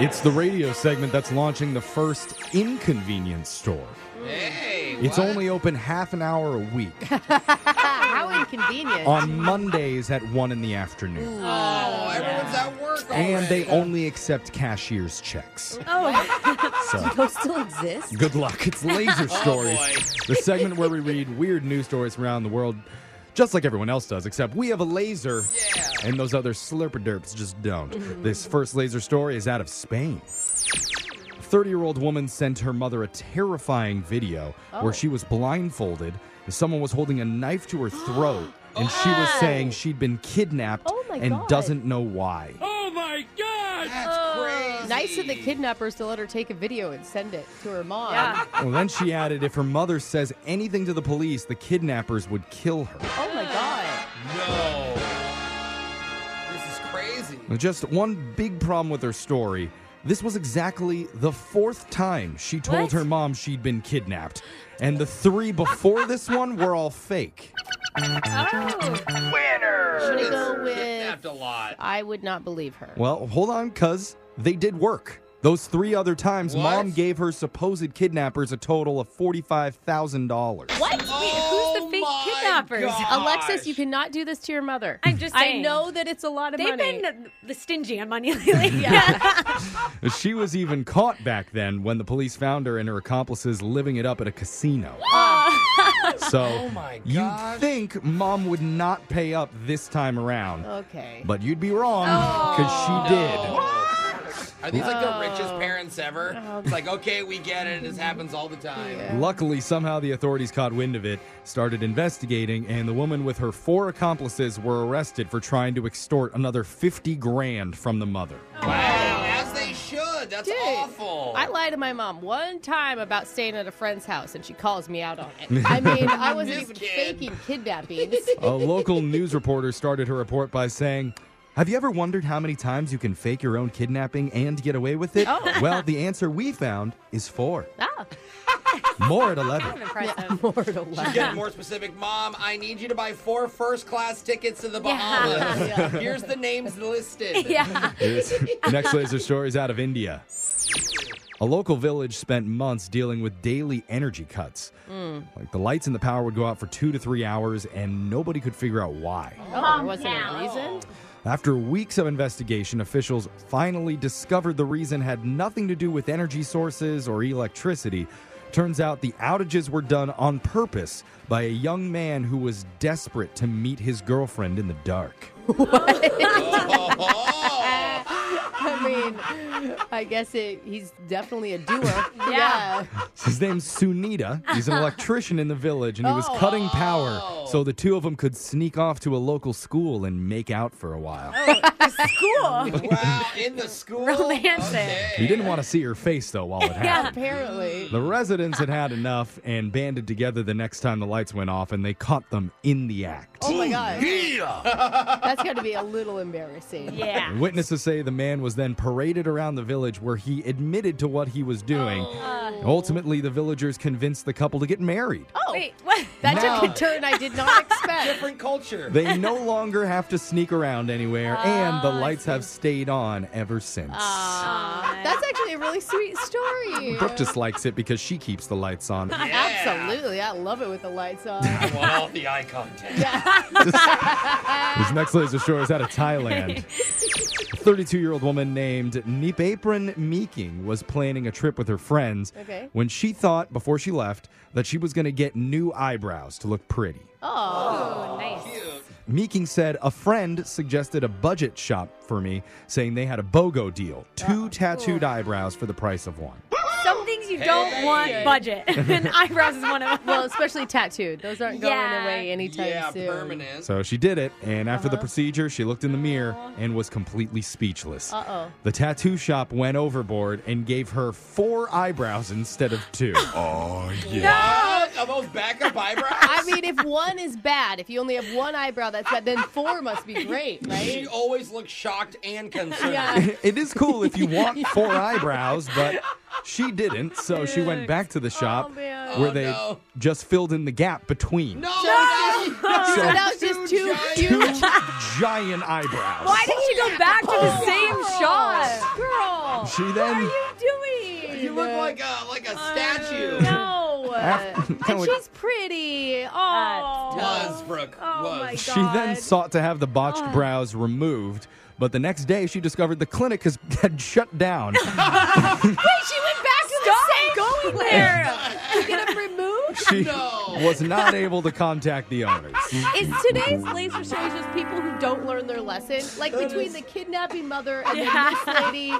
It's the radio segment that's launching the first inconvenience store. Hey, It's what? only open half an hour a week How inconvenient. on Mondays at 1 in the afternoon. Oh, everyone's at work. And they already. only accept cashier's checks. oh, So those still exist? good luck. It's Laser Oh, Stories, the segment where we read weird news stories from around the world, just like everyone else does, except we have a laser and those other slurpaderps just don't. This first laser story is out of Spain. 30 year old woman sent her mother a terrifying video where Oh. she was blindfolded and someone was holding a knife to her throat and she was saying she'd been kidnapped Oh my and God. doesn't know why. That's crazy. Oh. Nice of the kidnappers to let her take a video and send it to her mom. Yeah. Well, then she added if her mother says anything to the police, the kidnappers would kill her. Oh my god. No. This is crazy. Just one big problem with her story. This was exactly the fourth time she told What? her mom she'd been kidnapped. And the three before this one were all fake. Oh. Should Gonna go with- kidnapped a lot. I would not believe her. Well, hold on, because they did work. Those three other times, What? mom gave her supposed kidnappers a total of $45,000. What? Wait, who's Oh the fake my kidnappers? Oh, God. Alexis, you Gosh. cannot do this to your mother. I'm just I saying. know that it's a lot of They've money. been uh, stingy on money lately. She was even caught back then when the police found her and her accomplices living it up at a casino. so Oh my you'd gosh. think mom would not pay up this time around. okay. But you'd be wrong because Oh, she did. Are these like the richest parents ever? Oh, It's like, okay, we get it. This happens all the time. Luckily, somehow the authorities caught wind of it, started investigating, and the woman with her four accomplices were arrested for trying to extort another 50 grand from the mother. Wow, as they should. That's Dude, awful. I lied to my mom one time about staying at a friend's house, and she calls me out on it. I mean, I wasn't This even kid. faking kidnappings. A local news reporter started her report by saying, have you ever wondered how many times you can fake your own kidnapping and get away with it? Oh. Well, the answer we found is four. ah, More at 11. Impressive. more to life. Get more specific. Mom, I need you to buy four first class tickets to the Bahamas. Here's the names listed. yeah. Next laser story is out of India. A local village spent months dealing with daily energy cuts. Like the lights and the power would go out for two to three hours, and nobody could figure out why. Oh, there wasn't a reason. After weeks of investigation, officials finally discovered the reason had nothing to do with energy sources or electricity. Turns out the outages were done on purpose by a young man who was desperate to meet his girlfriend in the dark. Oh, I mean, I guess it, he's definitely a doer. yeah. His name's Sunita. He's an electrician in the village, and he was cutting power so the two of them could sneak off to a local school and make out for a while. Cool. wow, in the school. Romantic. He Okay. didn't want to see her face, though, while it happened. Apparently. The residents had had enough and banded together the next time the lights went off, and they caught them in the act. Oh my God. That's got to be a little embarrassing. Yeah. Witnesses say the man was then paraded around the village where he admitted to what he was doing. Oh. Uh, Ultimately, the villagers convinced the couple to get married. Oh, Wait, what? that Now- took a turn I did not expect. Different culture. They no longer have to sneak around anywhere, and the lights have stayed on ever since. That's actually a really sweet story. Brooke just likes it because she keeps the lights on. Absolutely. I love it with the lights on. I want all the eye contact. This next laser show is out of Thailand. A 32 year old woman named Neep Apron Meeking was planning a trip with her friends Okay. when she thought, before she left, that she was going to get new eyebrows to look pretty. Oh, nice. Meeking said, A friend suggested a budget shop for me, saying they had a BOGO deal two tattooed eyebrows for the price of one. Some things you don't Hey. want budget, and eyebrows is one of them. Well, especially tattooed. Those aren't Yeah. going away anytime yeah, soon. permanent. So she did it, and after the procedure, she looked in the mirror and was completely speechless. Uh-oh. The tattoo shop went overboard and gave her four eyebrows instead of two. What? Are Ah, those backup eyebrows? I mean, if one is bad, if you only have one eyebrow that's bad, then four must be great, she right? always looks shocked and concerned. Yeah. it is cool if you want four eyebrows, but she didn't, so she went back to the shop man. where Oh, they no. just filled in the gap between. No, So That was just too two cute. giant eyebrows. Why did she go back to the same shot? Girl. What She are then. you doing? You look like a like a statue. No. After- and she's pretty. Oh. Was Brooke? Oh was. my She then God. sought to have the botched brows removed, but the next day she discovered the clinic has, had shut down. Wait, she went back to the same going there. Get them removed. She No. was not able to contact the owners. Is today's laser stories just people who don't learn their lesson? Like between the kidnapping mother and Yeah. the this lady.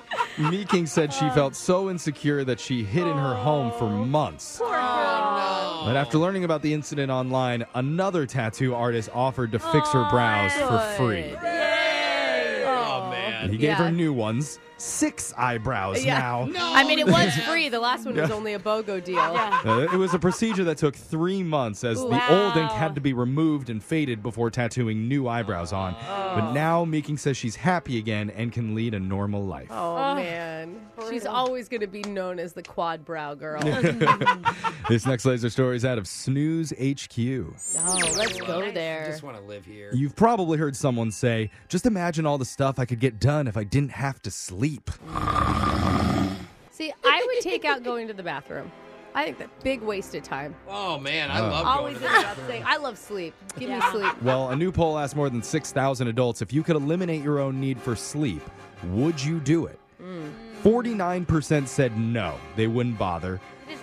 Meeking said she felt so insecure that she hid in her home for months. Poor girl. But after learning about the incident online, another tattoo artist offered to fix her brows for free. Oh man. He gave her Yeah. new ones, six eyebrows Yeah. now. No. I mean, it was man. free. The last one was only a BOGO deal. Yeah. Uh, it was a procedure that took three months as the old ink had to be removed and faded before tattooing new eyebrows on. But now Meeking says she's happy again and can lead a normal life. Oh, man. She's always going to be known as the quad brow girl. This next laser story is out of Snooze HQ. oh, let's go I there. just want to live here. You've probably heard someone say, just imagine all the stuff I could get done if I didn't have to sleep. See, I would take out going to the bathroom. I think that big waste of time. Oh man, I love Always going to in the the bathroom. bathroom. I love sleep. Give Yeah. me sleep. Well, a new poll asked more than 6,000 adults if you could eliminate your own need for sleep, would you do it? 49% said no, they wouldn't bother. It is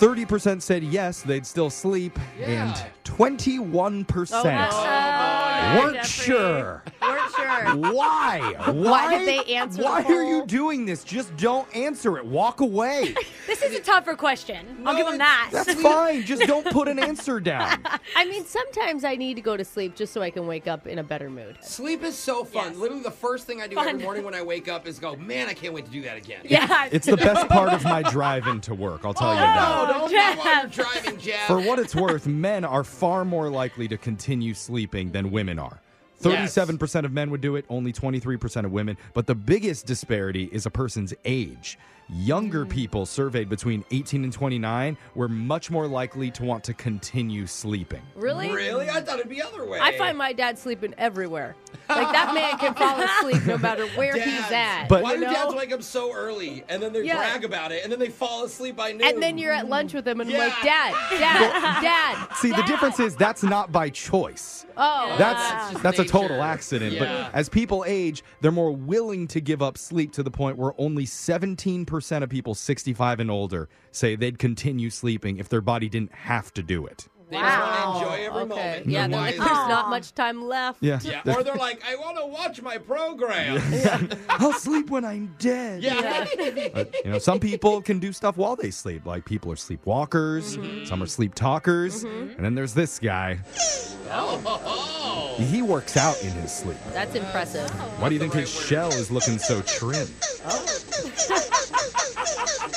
nice. 30% said yes, they'd still sleep. Yeah. And 21% Oh, Oh, Uh, weren't sure. Weren't sure. Why? Why? did they answer the Why are poll? you doing this? Just don't answer it. Walk away. This is a tougher question. I'll give him that. That's fine. Just don't put an answer down. I mean, sometimes I need to go to sleep just so I can wake up in a better mood. Sleep is so fun. Yes. Literally, the first thing I do Fun. every morning when I wake up is go, man, I can't wait to do that again. yeah. It's the best part of my drive into work, I'll tell Oh, you No, that. don't not while you're Jeff. driving, Jeff. For what it's worth, men are far more likely to continue sleeping than women are. 37% of men would do it, only 23% of women. But the biggest disparity is a person's age. Younger people surveyed between 18 and 29 were much more likely to want to continue sleeping. Really? Really? I thought it'd be other way. I find my dad sleeping everywhere. Like that man can fall asleep no matter where dads. he's at. But- why you do know? dads wake up so early and then they Yeah. brag about it and then they fall asleep by noon? and then you're at lunch with him and I'm like, Yeah. Dad, Dad, Dad. See, the difference is that's not by choice. Oh, That's just that's a total nature. accident. Yeah. But as people age, they're more willing to give up sleep to the point where only 17% of people 65 and older say they'd continue sleeping if their body didn't have to do it. they just Wow. want to enjoy every okay. moment. Yeah, Why they're like, is there's that? not much time left. Yeah. yeah. Or they're like, I want to watch my program. I'll sleep when I'm dead. Yeah. But, you know, some people can do stuff while they sleep. Like people are sleepwalkers, Mm-hmm. some are sleep talkers, and then there's this guy. Oh. He works out in his sleep. That's impressive. Why do you think his shell is looking so trim?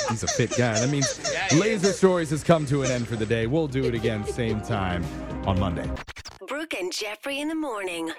He's a fit guy. That means Yeah, he Laser Stories has come to an end for the day. We'll do it again, same time on Monday. Brooke and Jeffrey in the morning.